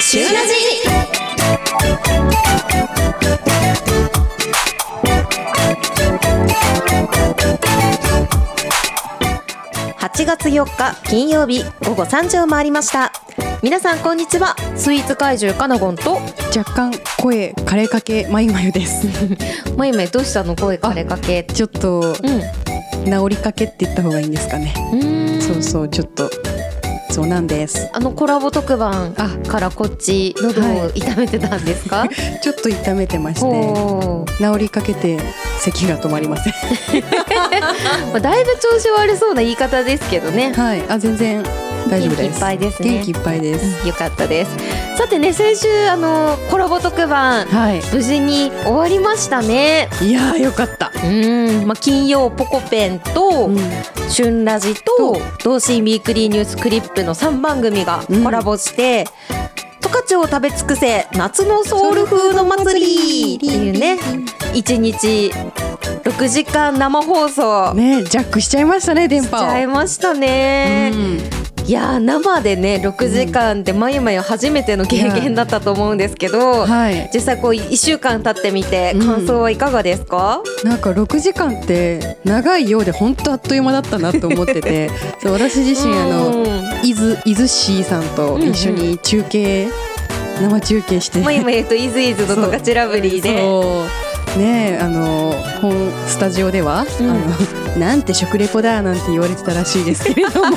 週ラジ8月4日金曜日午後3時を回りました皆さんこんにちはスイーツ怪獣カナゴンと若干声枯れかけまゆまゆです まゆめどうしたの声枯れかけちょっとうん治りかけって言った方がいいんですかねうんそうそうちょっとそうなんですあのコラボ特番あからこっち喉を痛めてたんです か、ちょっと痛めてましておー治りかけて咳が止まりません まあ、だいぶ調子悪そうな言い方ですけどねはいあ全然大丈夫で元気いっすぱいですね元気いっぱいです、よかったですさてね先週あのコラボ特番はい無事に終わりましたねいやーよかったうん、まあ、金曜ポコペンと、うん旬ラジと同心ウィークリーニュースクリップの3番組がうんコラボして、十勝を食べ尽くせ夏のソウルフード祭りっていうね一日6時間生放送ねジャックしちゃいましたね電しち波をゃいましたね、うんいやー生でね6時間でまゆまゆ初めての経験だったと思うんですけど、はい実際こう1週間経ってみてうん感想はいかがですか、なんか6時間って長いようで本当あっという間だったなと思って てそう私自身あの うん伊豆伊豆市さんと一緒に中継、生中継してまゆまゆとイズイズのトカチラブリーで。そうねえあの本スタジオでは、うんあのなんて食レポだなんて言われてたらしいですけれど も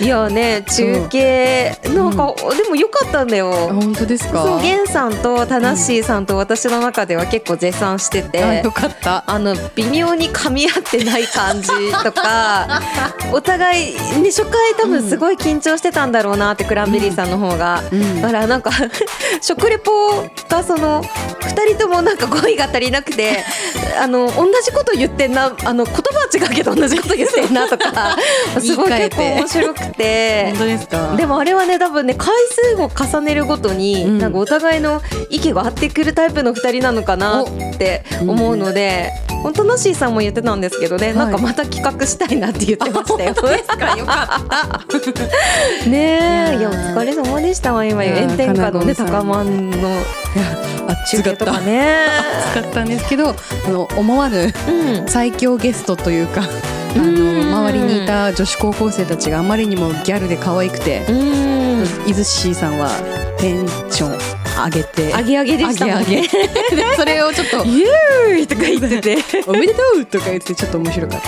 いやね中継なんか、でも良かったんだあよ。本当ですかそう源さんとタナッシーさんと私の中では結構絶賛してて。あよかったあの微妙に噛み合ってない感じとか お互い、ね、初回多分すごい緊張してたんだろうなってクランベリーさんの方が、うんだからなんか 食レポがその2人ともなんか語彙が足りなくてあの同じこと言ってんなあの言葉は違うけど同じこと言ってんなとかすごい 言い換え結て構面白くて本。当ですかでもあれはね多分ね回数を重ねるごとに、うんなんかお互いの息が合ってくるタイプの2人なのかなって思うので、本当ナッシーさんも言ってたんですけどね、いなんかまた企画したいなって言ってましたよ。よかっ たねえいやいやおー疲れ様でしたわ今いやー炎天下のねかな高こまんの中暑か継っとたかね。暑かったんですけどあの思わぬうん最強ゲストという かあのうん周りにいた女子高校生たちがあまりにもギャルで可愛くてうん伊豆シーさんはテンション上げてあげあげでしたもんね。上げで それをちょっと イエーイとか言って て。 「おめでとう!」とか言ってちょっと面白かっ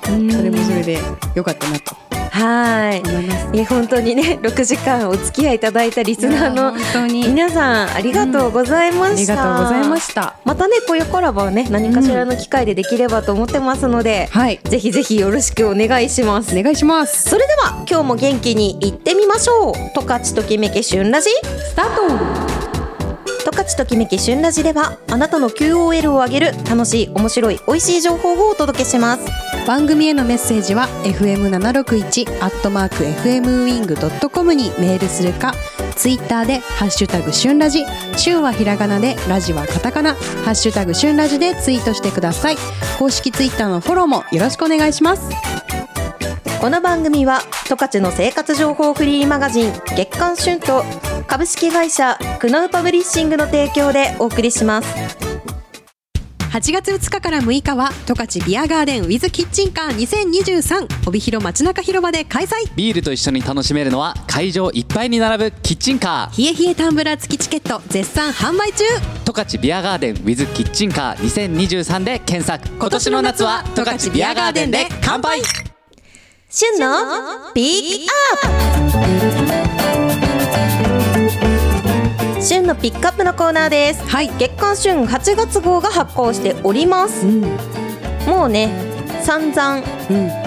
たんでそれもそれで良かったなとはい。思います。え本当にね6時 間お付き合いいただいたリスナーいやの本当に皆さんありがとうございあまりしがた、とうございました。またねこういうコラボはね何かしらの機会でできればと思ってますので、はい、ぜひぜひよろしくお願いしますお願いします。それでは今日も元気に行ってみましょう十勝ときめき旬ラジスタート。十勝ときめき旬ラジではあなたの QOL を上げる楽しい面白い美味しい情報をお届けします番組へのメッセージは fm 七六一アットマーク fm ウィングドットコムにメールするか、ツイッターでハッシュタグ旬ラジ、旬はひらがなでラジはカタカナ、ハッシュタグ旬ラジでツイートしてください。公式ツイッターのフォローもよろしくお願いします。この番組は十勝の生活情報フリーマガジン月刊旬と株式会社クナウパブリッシングの提供でお送りします8月2日から6日は十勝ビアガーデンウィズキッチンカー2023帯広町中広場で開催ビールと一緒に楽しめるのは会場いっぱいに並ぶキッチンカー冷え冷えタンブラー付きチケット絶賛販売中十勝ビアガーデン with キッチンカー2023で検索今年の夏は十勝ビアガーデンで乾杯旬のピックアップ旬のピックアップのコーナーですはい、月刊旬8月号が発行しておりますうんもうね散々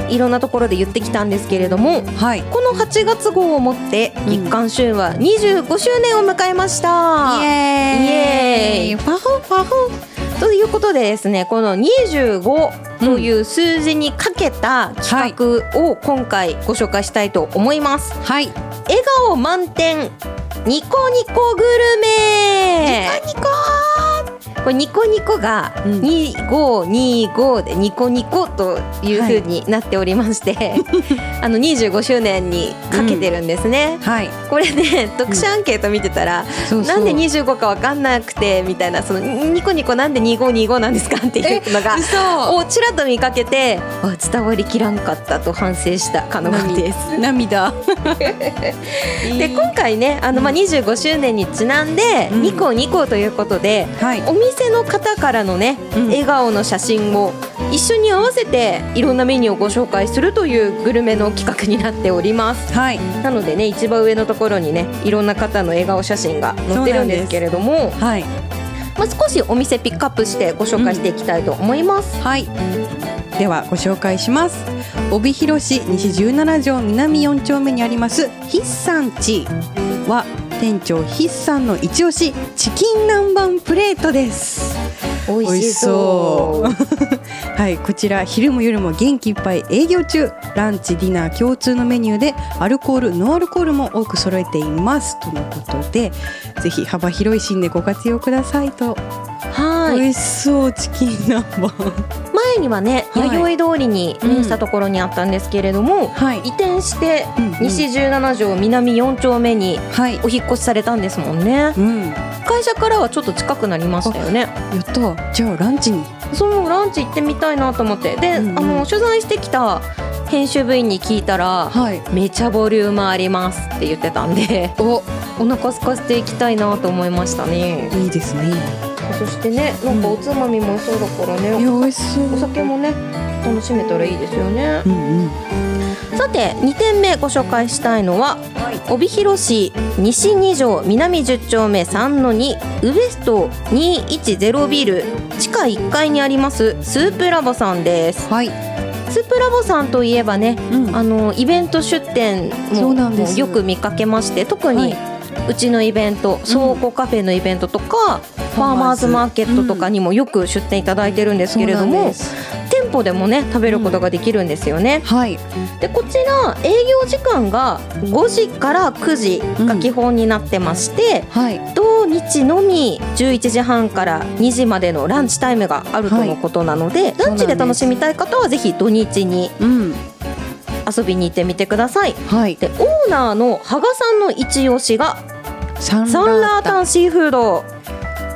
いろんなところで言ってきたんですけれどもはいイこの8月号をもってうん月刊旬は25周年を迎えました、エイエーイファホファホということでですねこの25という数字にかけた企画を今回ご紹介したいと思います、はいニ笑顔満点ニコニコグルメコこれニコニコがうん2525でニコニコというふうになっておりまして、あの25周年にかけてるんですね。はいこれね読者アンケート見てたら、そうそうなんで25かわかんなくてみたいなそのニコニコなんで2525なんですかっていうのが嘘をちらっと見かけてあ伝わりきらんかったと反省したかのがです。涙 で今回ねあの、まあ、25周年にちなんで「うんニコニコ」ということで、はいお店の方からのね、うん笑顔の写真を一緒に合わせていろんなメニューをご紹介するというグルメの企画になっております。はいなのでね一番上のところにねいろんな方の笑顔写真が載ってるんですけれども、はいまあ、少しお店ピックアップしてご紹介していきたいと思います。はいではご紹介します帯広市西17条南4丁目にあります筆算地は店長筆算の一押しチキン南蛮プレートです美味しそう美味しそう はいこちら昼も夜も元気いっぱい営業中ランチディナー共通のメニューでアルコールノンアルコールも多く揃えていますとのことでぜひ幅広いシーンでご活用くださいと、はい美味しそうチキン南蛮前にはね、はい弥生通りに面したところにあったんですけれども、はい移転してうんうん西17条南4丁目にはいお引っ越しされたんですもんねうん会社からはちょっと近くなりましたよねやったじゃあランチにそのランチ行ってみたいなと思ってで、うんうんあの取材してきた編集部員に聞いたらはいめちゃボリュームありますって言ってたんでおお腹空かせていきたいなと思いましたねいいですねそしてねなんかおつまみもそうだからね、いや美味しそうお酒もね楽しめたらいいですよねうんうんさて2点目ご紹介したいのは、帯広市西2条南10丁目3の2ウエスト210ビル地下1階にありますスープラボさんですはいスープラボさんといえばねうんあのイベント出店そうもなんですもうよく見かけまして特はにいうちのイベント、倉庫カフェのイベントとか、ファーマーズマーケットとかにもよく出店いただいてるんですけれどそうなんも、です店舗でもね食べることができるんですよね。はいでこちら営業時間が5時から9時が基本になってまして、はい同日のみ11時半から2時までのランチタイムがあるとのことなので、ランチで楽しみたい方はぜひ土日にうん遊びに行ってみてください。はいでオーナーの羽賀さんの一押しがサンサンラータンンシーフード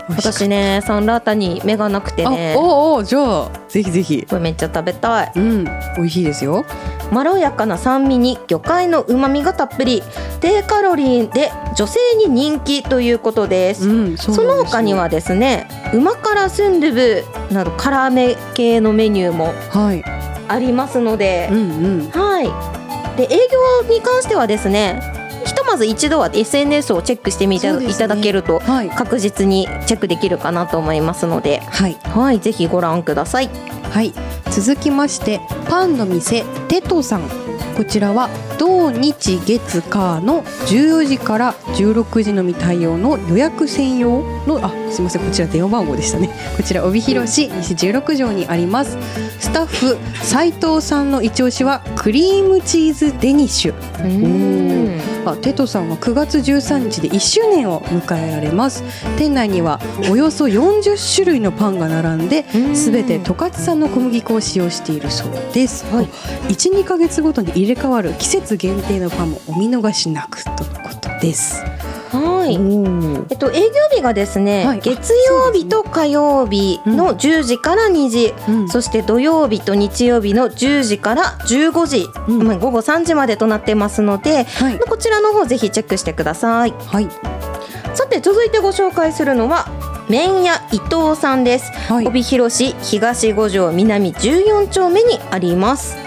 美味しかった私ねサンラータンに目がなくてあねおうおうじゃあぜひぜひこれめっちゃ食べたいうん美味しいですよまろやかな酸味に魚介のうまみがたっぷり低カロリーで女性に人気ということです、んそその他にはですねうま辛スンドゥブなど辛め系のメニューもはいありますのでう、んうんはいで営業に関してはですねひとまず一度は SNS をチェックしてみてそうですねいただけるとはい確実にチェックできるかなと思いますのではいはいぜひご覧くださいはい続きましてパンの店テトさんこちらは同日月火の14時から16時のみ対応の予約専用のあすみませんこちら電話番号でしたねこちら帯広市西16条にありますスタッフ斉藤さんの一押しはクリームチーズデニッシュうんあテトさんは9月13日で1周年を迎えられます店内にはおよそ40種類のパンが並んでうんすべて十勝産の小麦粉を使用しているそうです、はい12ヶ月ごとに入れ替わる季節限定のパンもお見逃しなくとのことですはいおえっと、営業日がですね、はい月曜日と火曜日の10時から2時、うんそして土曜日と日曜日の10時から15時、うんまあ午後3時までとなってますのではいこちらの方ぜひチェックしてくださいはいさて続いてご紹介するのは麺屋伊藤さんです、はい帯広市東五条南14丁目にあります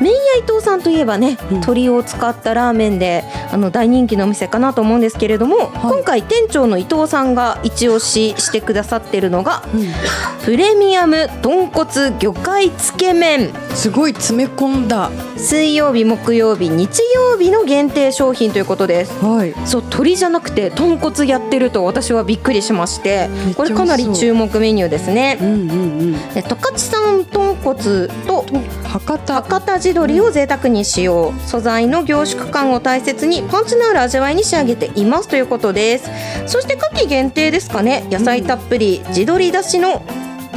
麺屋伊藤さんといえばね、うん鶏を使ったラーメンであの大人気のお店かなと思うんですけれども、はい今回店長の伊藤さんが一押ししてくださってるのがうんプレミアム豚骨魚介つけ麺すごい詰め込んだ水曜日木曜日日曜日の限定商品ということですはいそう鶏じゃなくて豚骨やってると私はびっくりしましてめっちゃこれかな美り味しそ注目メニューですねうんうんうんで十勝産豚骨とと博多博多地鶏を贅沢に使用素材の凝縮感を大切にパンチのある味わいに仕上げていますということですそして夏季限定ですかね野菜たっぷり地鶏だしの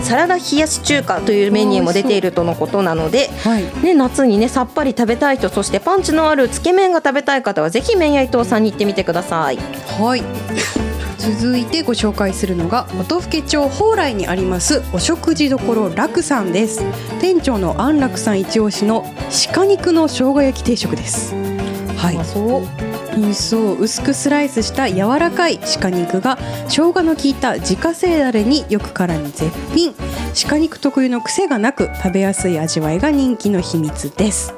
サラダ冷やし中華というメニューも出ているとのことなので、はい。ね、夏にねさっぱり食べたい人そしてパンチのあるつけ麺が食べたい方はぜひ麺屋伊藤さんに行ってみてくださいはい。続いてご紹介するのが音更町宝来にありますお食事処楽さんです店長の安楽さん一押しの鹿肉の生姜焼き定食ですはいそううんそう薄くスライスした柔らかい鹿肉が生姜の効いた自家製だれによく絡み絶品鹿肉特有の癖がなく食べやすい味わいが人気の秘密です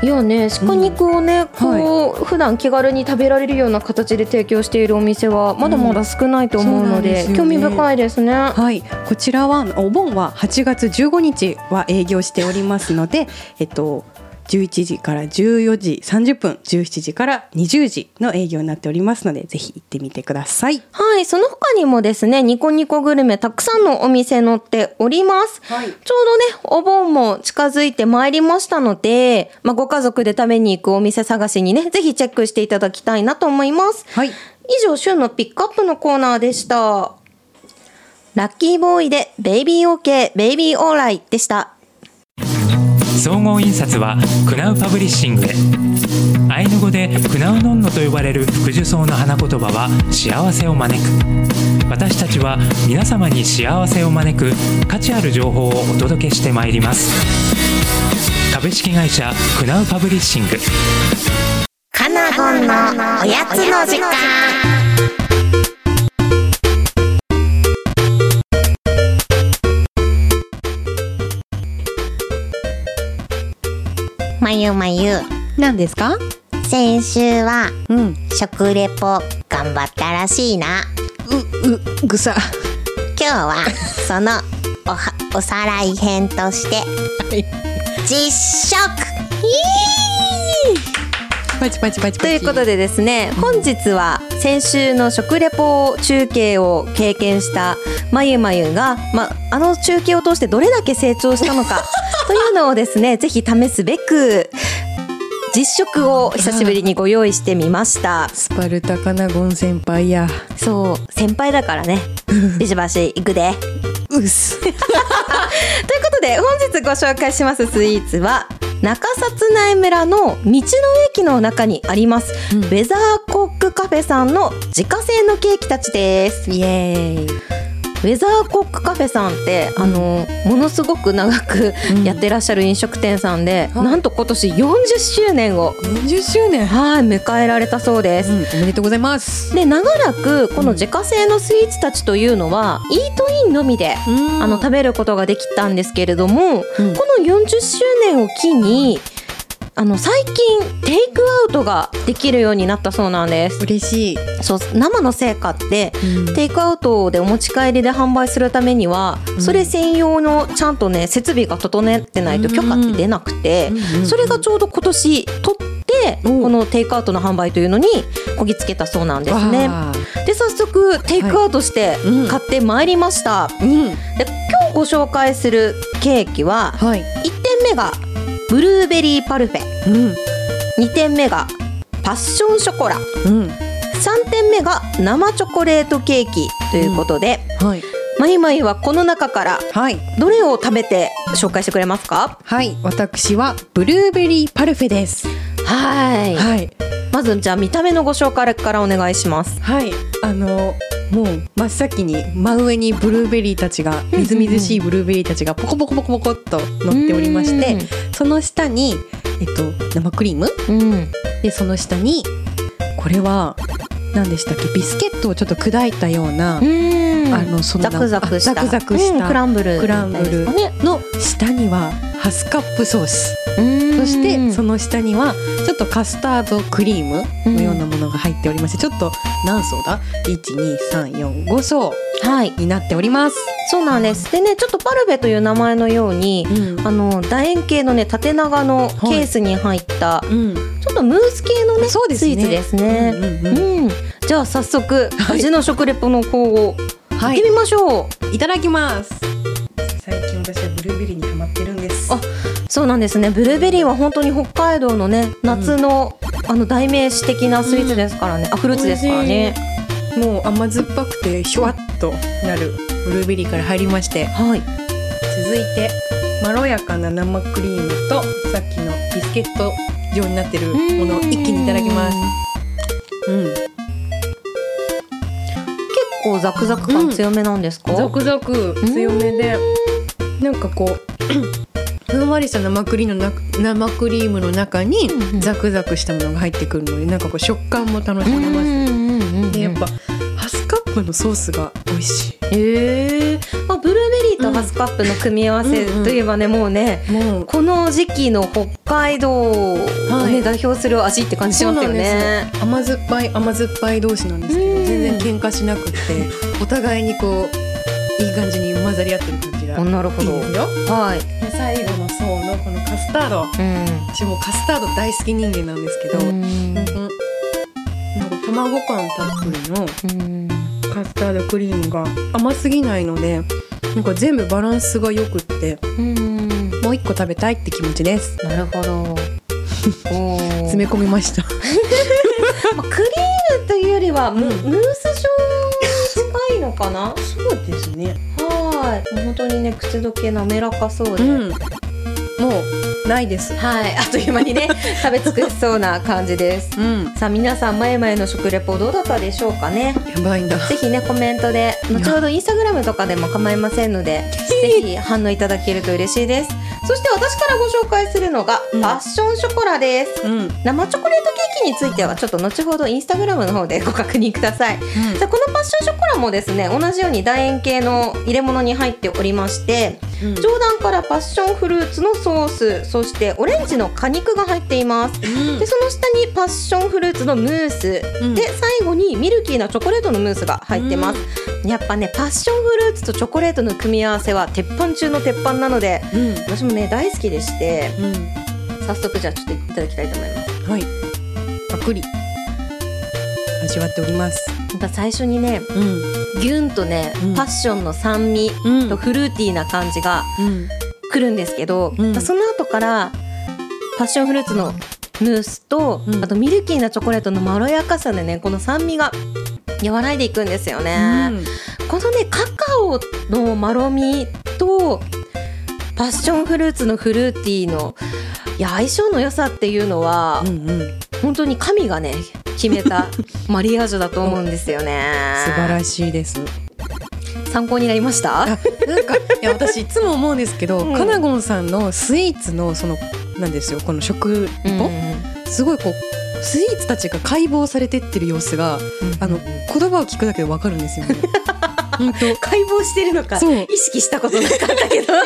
いやね鹿肉をね、こう、普段気軽に食べられるような形で提供しているお店はまだまだ少ないと思うので,、うん興そうなん味ですよね深いですねはい、こちらはお盆は8月15日は営業しておりますので、えっと11時から14時30分、17時から20時の営業になっておりますので、ぜひ行ってみてください。はい、その他にもですね、ニコニコグルメたくさんのお店載っております。はいちょうどね、お盆も近づいてまいりましたので、まあ、ご家族で食べに行くお店探しにね、ぜひチェックしていただきたいなと思います。はい、以上、週のピックアップのコーナーでした。ラッキーボーイで、ベイビーオーケー、ベイビーオーライでした。総合印刷はクナウパブリッシングへアイヌ語でクナウノンノと呼ばれる福寿草の花言葉は幸せを招く私たちは皆様に幸せを招く価値ある情報をお届けしてまいります株式会社クナウパブリッシングかなごんのおやつの時間まゆまゆ何ですか？先週はうん、食レポ頑張ったらしいなう、う、ぐさ。今日はそのおはおさらい編として実食パチパチパチパチ。ということでですね本日は先週の食レポ中継を経験したまゆまゆが、まあ、あの中継を通してどれだけ成長したの かというのをですねぜひ試すべく実食を久しぶりにご用意してみましたスパルタカナゴン先輩や。そう先輩だから ねビシバシ行くでうっす。ということで本日ご紹介しますスイーツは中札内村の道の駅の中にあります、うんウェザーコックカフェさんの自家製のケーキたちです イエーイ。ウェザーコックカフェさんって、あのものすごく長くうんやってらっしゃる飲食店さんで、はいなんと今年40周年を40周年。はい迎えられたそうです、うん、おめでとうございます。で長らくこの自家製のスイーツたちというのは、イートインのみでうんあの食べることができたんですけれども、うんこの40周年を機にあの最近テイクアウトができるようになったそうなんです。嬉しい。そう生の成果ってうんテイクアウトでお持ち帰りで販売するためには、うんそれ専用のちゃんとね設備が整ってないと許可って出なくて、それがちょうど今年取って、うんこのテイクアウトの販売というのにこぎつけたそうなんですね。わあで早速テイクアウトしてうん買ってまいりました。うん。で今日ご紹介するケーキははい。 1点目がブルーベリーパルフェうん。 2点目がパッションショコラ3うん。点目が生チョコレートケーキということで、はい。まゆまゆはこの中からはい。どれを食べて紹介してくれますかはい。私はブルーベリーパルフェです。はいはい。まずじゃあ見た目のご紹介からお願いしますはい。あの、もう真っ先に真上にブルーベリーたちが、みずみずしいブルーベリーたちがポコポコポコポコっと乗っておりまして、その下に、えっと、生クリームうん、うんで、その下に、これは、何でしたっけビスケットをちょっと砕いたような、あの、そんなザクザクしたあザクザクしうんクたランブルクランブルみたいですかねの下には、ハスカップソース。うんそしてその下にはちょっとカスタードクリームのようなものが入っておりまして、ちょっと何層だ12345層はいになっております、そうなんです。でね、ちょっとパルベという名前のように、あの楕円形のね縦長のケースに入った、うんちょっとムース系のねそうですねスイーツですうね。んううんん、じゃあ早速、はい味の食レポの方をうん行はっていみましょう。いただきます最近私はブルーベリーにハマってるんですあそうなんですねブルーベリーは本当に北海道のね夏の、あの代名詞的なスイーツですからね、あフルーツですからねもう甘酸っぱくてひゅわっとなるブルーベリーから入りましてはい続いてまろやかな生クリームとさっきのビスケット状になってるものを一気にいただきますうん結構ザクザク感強めなんですか、ザクザク強めでなんかこう ふんわりした生クリームの中生クリームの中にうんうんザクザクしたものが入ってくるのでなんかこう食感も楽しめますうんうんうんうんでやっぱハスカップのソースが美味しええまあブルーベリーとハスカップの組み合わせうんといえばね、もうねいもうこの時期の北海道をね、はい代表する味って感じしますよね。甘酸っぱい甘酸っぱい同士なんですけど全然喧嘩し なくってお互いにこういい感じに混ざり合ってる感じがあなるほいいど。ですよはい。で最後の層のこのカスタードう私もうカスタード大好き人間なんですけど、ん。なんか卵感たっぷりのうん。カスタードクリームが甘すぎないのでなんか全部バランスがよくってうん。もう一個食べたいって気持ちですなるほ ど。おお。詰め込みま したまあクリームというよりはム,、ムース状に近いのかな。 そうですねはい。もう本当にね口どけ滑らかそううで。んもうないですはい、あっという間に ね食べ尽くしそうな感じです。うんさあ皆さん前々の食レポどうだったでしょうかねやばいんだぜひねコメントで後ほどインスタグラムとかでも構いませんのでぜひ反応いただけると嬉しいですそして私からご紹介するのが、うんパッションショコラですうん、うん、生チョコレートケーキについてはちょっと後ほどインスタグラムの方でご確認くださいさあこのパッションショコラもですね同じように楕円形の入れ物に入っておりましてうん上段からパッションフルーツのソースそしてオレンジの果肉が入っていますでその下にパッションフルーツのムース、うんで最後にミルキーなチョコレートのムースが入ってます、やっぱねパッションフルーツとチョコレートの組み合わせは鉄板中の鉄板なのでうん私もね大好きでしてうん早速じゃあちょっといただきたいと思いますはいパクリ味わっておりますやっぱ最初にねうんギュンとね、うんパッションの酸味うんとフルーティーな感じがうん来るんですけど、うんその後からパッションフルーツのムースと、うんあとミルキーなチョコレートのまろやかさでねこの酸味が和らいでいくんですよね、このねカカオのまろみとパッションフルーツのフルーティーのいや相性の良さっていうのは、うんうんうん本当に神がね決め たマリアージュだと思うんですよね素晴らしいです参考になりましたなんかいや私いつも思うんですけど、うんカナゴンさんのスイーツのそのなんですよこの食リポ、すごいこうスイーツたちが解剖されてってる様子があの言葉を聞くだけでわかるんですよね。本当。いや解剖してるのか そう意識したことなかったけどでも本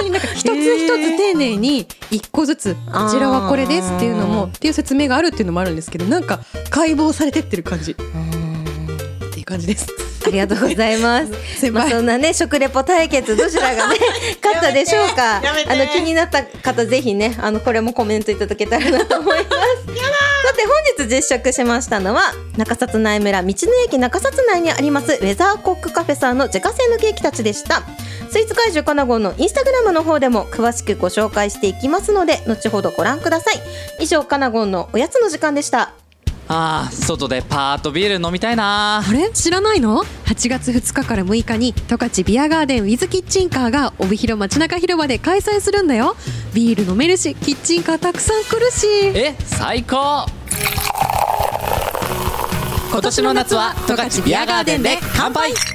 当になんか一つ一つ丁寧に一個ずつこちらはこれですっていうのもあーっていう説明があるっていうのもあるんですけどなんか解剖されてってる感じっうんていう感じです。ありがとうございます。ま狭あい。そんなね食レポ対決どちらがね勝ったでしょうか。あの気になった方ぜひねあのこれもコメントいただけたらなと思います。さて本日実食しましたのは中札内村道の駅中札内にありますウェザーコックカフェさんの自家製のケーキたちでした。スイーツ怪獣かなごんのインスタグラムの方でも詳しくご紹介していきますので後ほどご覧ください。以上かなごんのおやつの時間でした。ああ外でパーッとビール飲みたいなあれ知らないの ?8 月2日から6日に十勝ビアガーデンウィズキッチンカーが帯広町中広場で開催するんだよビール飲めるしキッチンカーたくさん来るしえ最高今年の夏は十勝ビアガーデンで乾杯トカチ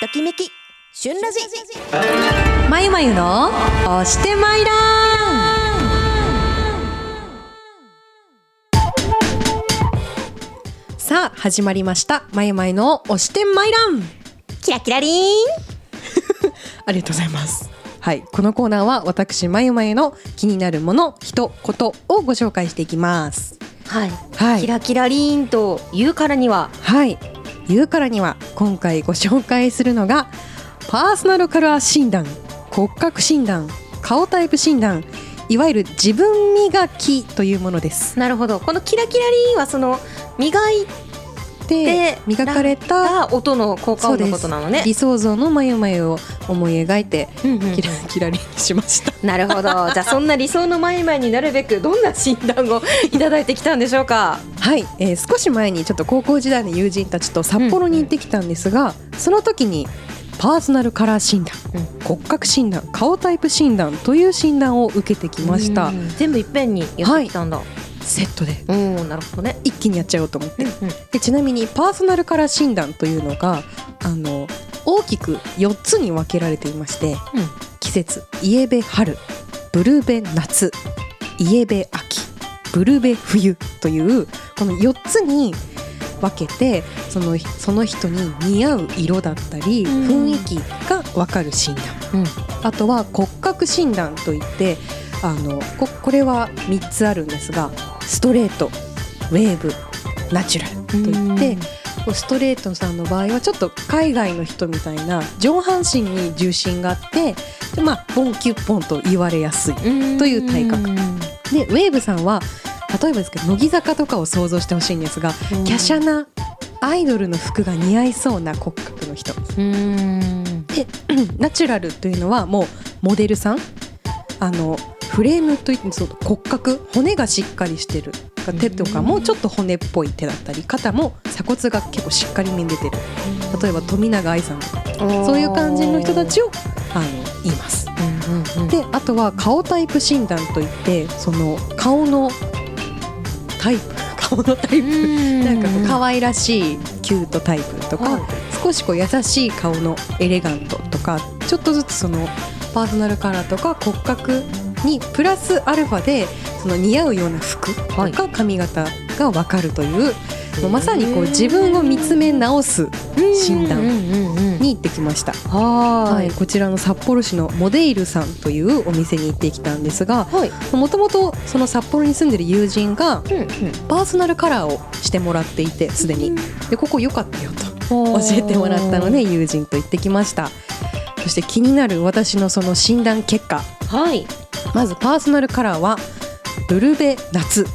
ときめき旬ラジ。まゆまゆの押してまいらさあ始まりましたまゆまゆの押してまいらん。キラキラリーン。ありがとうございます。はい、このコーナーは私まゆまゆの気になるもの、人、ことをご紹介していきます。はい、はいキラキラリーンと言うからにははい、言うからには今回ご紹介するのがパーソナルカラー診断、骨格診断、顔タイプ診断、いわゆる自分磨きというものです。なるほどこのキラキラリーンはその磨いて磨かれたが音の効果そう音のでこすとなのね。理想像の眉眉を思い描いてうんうん キラキラリにしま した。なるほど。じゃあそんな理想のマイマイになるべくどんな診断を いただいてきたんでしょうか。はい、えー少し前にちょっと高校時代の友人たちと札幌に行ってきたんですが、その時にパーソナルカラー診断、うん骨格診断顔タイプ診断という診断を受けてきました、うん全部いっぺんにやってきたんだ。セットでうん、なるほどね。一気にやっちゃおうと思って、うんうんでちなみにパーソナルカラー診断というのがあの大きく4つに分けられていましうて、ん季節イエベ春ブルーベ夏イエベ秋ブルーベ冬というこの4つに分けてそのその人に似合う色だったりうん雰囲気が分かる診断、うんあとは骨格診断といってあのここれは3つあるんですがストレートウェーブナチュラルといってこうストレートさんの場合はちょっと海外の人みたいな上半身に重心があってでまあボンキュッポンと言われやすいという体格でウェーブさんは例えばですけど乃木坂とかを想像してほしいんですが華奢なアイドルの服が似合いそうな骨格の人うん。ナチュラルというのはもうモデルさんあのフレームといってそう骨格骨がしっかりしてる手とかもちょっと骨っぽい手だったり肩も鎖骨が結構しっかりめに出てる例えば富永愛さんとかそういう感じの人たちをあの言います。であとは顔タイプ診断といってその顔のタイプ顔のタイプなんかこう可愛らしいキュートタイプとか、はい少しこう優しい顔のエレガントとかちょっとずつそのパーソナルカラーとか骨格にプラスアルファでその似合うような服はいとか髪型が分かるという、もうまさにこうへー自分を見つめ直す診うん断うんうんに行ってきました、ははーい、い。こちらの札幌市のモデイルさんというお店に行ってきたんですがはい。もともとその札幌に住んでる友人がうんうんパーソナルカラーをしてもらっていてすでにでここ良かったよと教えてもらったので友人と行ってきましたそして気になる私のその診断結果はい。まずパーソナルカラーはブルベ夏う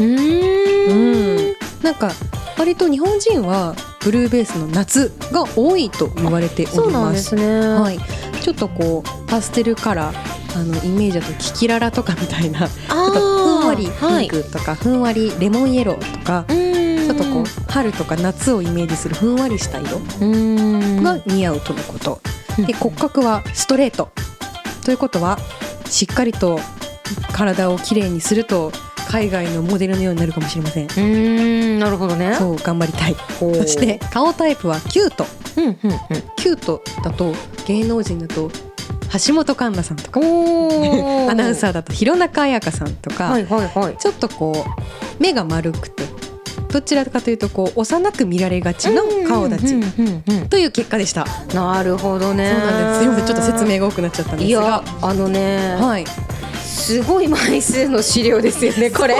ーん。なんか割と日本人はブルーベースの夏が多いと言われておそうりなんまですすね。。はいい、ちょっとこうパステルカラーあのイメージだとキキララとかみたいなあちょっとふんわりはピンい。クとか、ふんわりレモンイエローとかちちょっとこう春とか夏をイメージするふんわりした色うーんが似合うとのこと、うんで骨格はストレートということはしっかりと体をきれいにすると海外のモデルのようになるかもしれませんうーんなるほどね。そう頑張りたいおーそして顔タイプはキュートうんうんうん。 キュートだと芸能人だと橋本環奈さんとかおお。アナウンサー。ーだと弘中綾香さんとか、はいはいはい。ちょっとこう目が丸くてどちらかというとこう幼く見られがちの顔立ち、うんうんうんうんという結果でした。なるほどね。そうなんです。すみません、ちょっと説。明が多くなっちゃったんでいすが。やあのね、 はい。すごい枚数の資料ですよねこれ。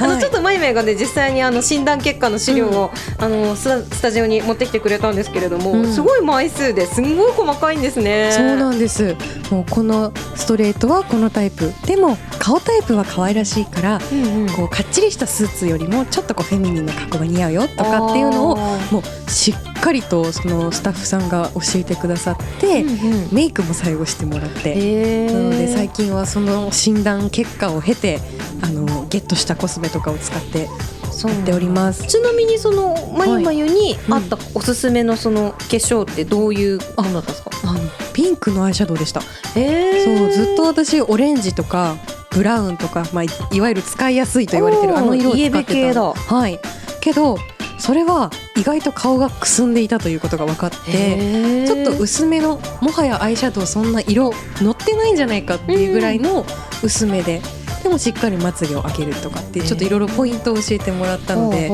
あのちょっとまゆめがね実際にあの診断結果の資料を、あのスタスタジオに持ってきてくれたんですけれども、うんすごい枚数ですんごい細かいんですね。そうなんです。もうこのストレートはこのタイプ。でも顔タイプは可愛らしいから、うんうんこうかっちりしたスーツよりもちょっとこうフェミニンな格好が似合うよとかっていうのをあもうしっかりとそのスタッフさんが教えてくださって、ーうんうんメイクも最後してもらって。へーなので最近はその診断結果を経てあのゲットしたコスメとかを使ってそうやっております。ちなみにそのまゆまゆにあったおすすめのその化粧ってどういうものだったんですか。あのピンクのアイシャドウでした。えそうずっと私オレンジとかブラウンとか、まあ、いいわゆる使いやすいと言われてるあの色を使ってたイエベ系だはい、けどそれは意外と顔がくすんでいたということが分かってでちょっと薄めのもはやアイシャドウそんな色乗ってないんじゃないかっていうぐらいの薄めで。でもしっかりまつげを上げるとかっていうちょっといろいろポイントを教えてもらったので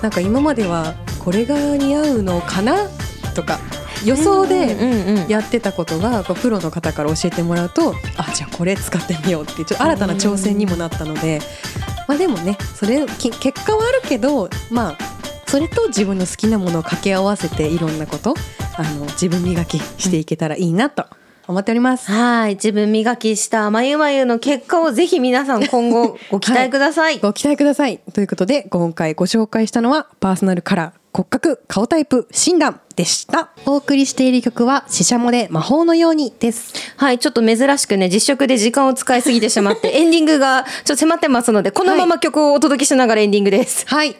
なんか今まではこれが似合うのかなとか予想でやってたことがこうプロの方から教えてもらうとあじゃあこれ使ってみようっていうちょっと新たな挑戦にもなったので、まあ、でもねそれき結果はあるけどまあそれと自分の好きなものを掛け合わせていろんなことあの自分磨きしていけたらいいなと頑張っております。はい自分磨きしたまゆまゆの結果をぜひ皆さん今後ご期待ください。ご期待ください。ということで、今回ご紹介したのは、パーソナルカラー、骨格、顔タイプ、診断でした。お送りしている曲は、シシャモで魔法のようにです。はい、ちょっと珍しくね、実食で時間を使いすぎてしま って、エンディングがちょっと迫ってますので、このまま曲をお届けしながらエンディングです。はい。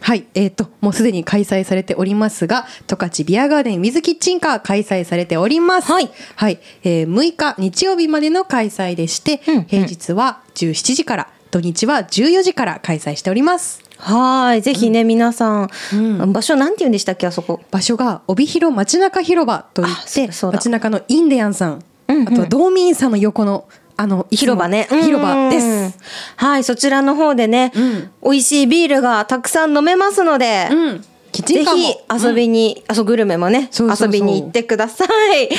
はい。えっ、と、もうすでに開催されておりますが、十勝ビアガーデンウィズキッチンカー開催されております。はい。はい。えー6日日曜日までの開催でして、平日は17時から、土日は14時から開催しております。はい、ぜひね、皆さん、場所なんて言うんでしたっけ、あそこ。場所が帯広町中広場といっあそてうだそうだ町中のインディアンさん、うんうんあとは道民さんの横のあのいつも広場ね。広場でうんす。。はい、そちらの方でね、ん美味しいビールがたくさん飲めますので、うん、キッチぜンカーもひ遊びに、あそうグルメもねそうそうそう遊びに行ってください。はい本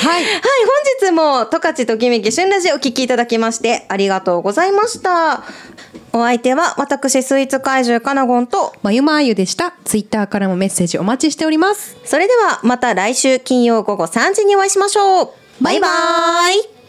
日も十勝ときめき旬ラジオお聞きいただきましてありがとうございました。お相手は私スイーツ怪獣かなごんとまゆまあゆでした。ツイッターからもメッセージお待ちしております。それではまた来週金曜午後3時にお会いしましょう。バイバイ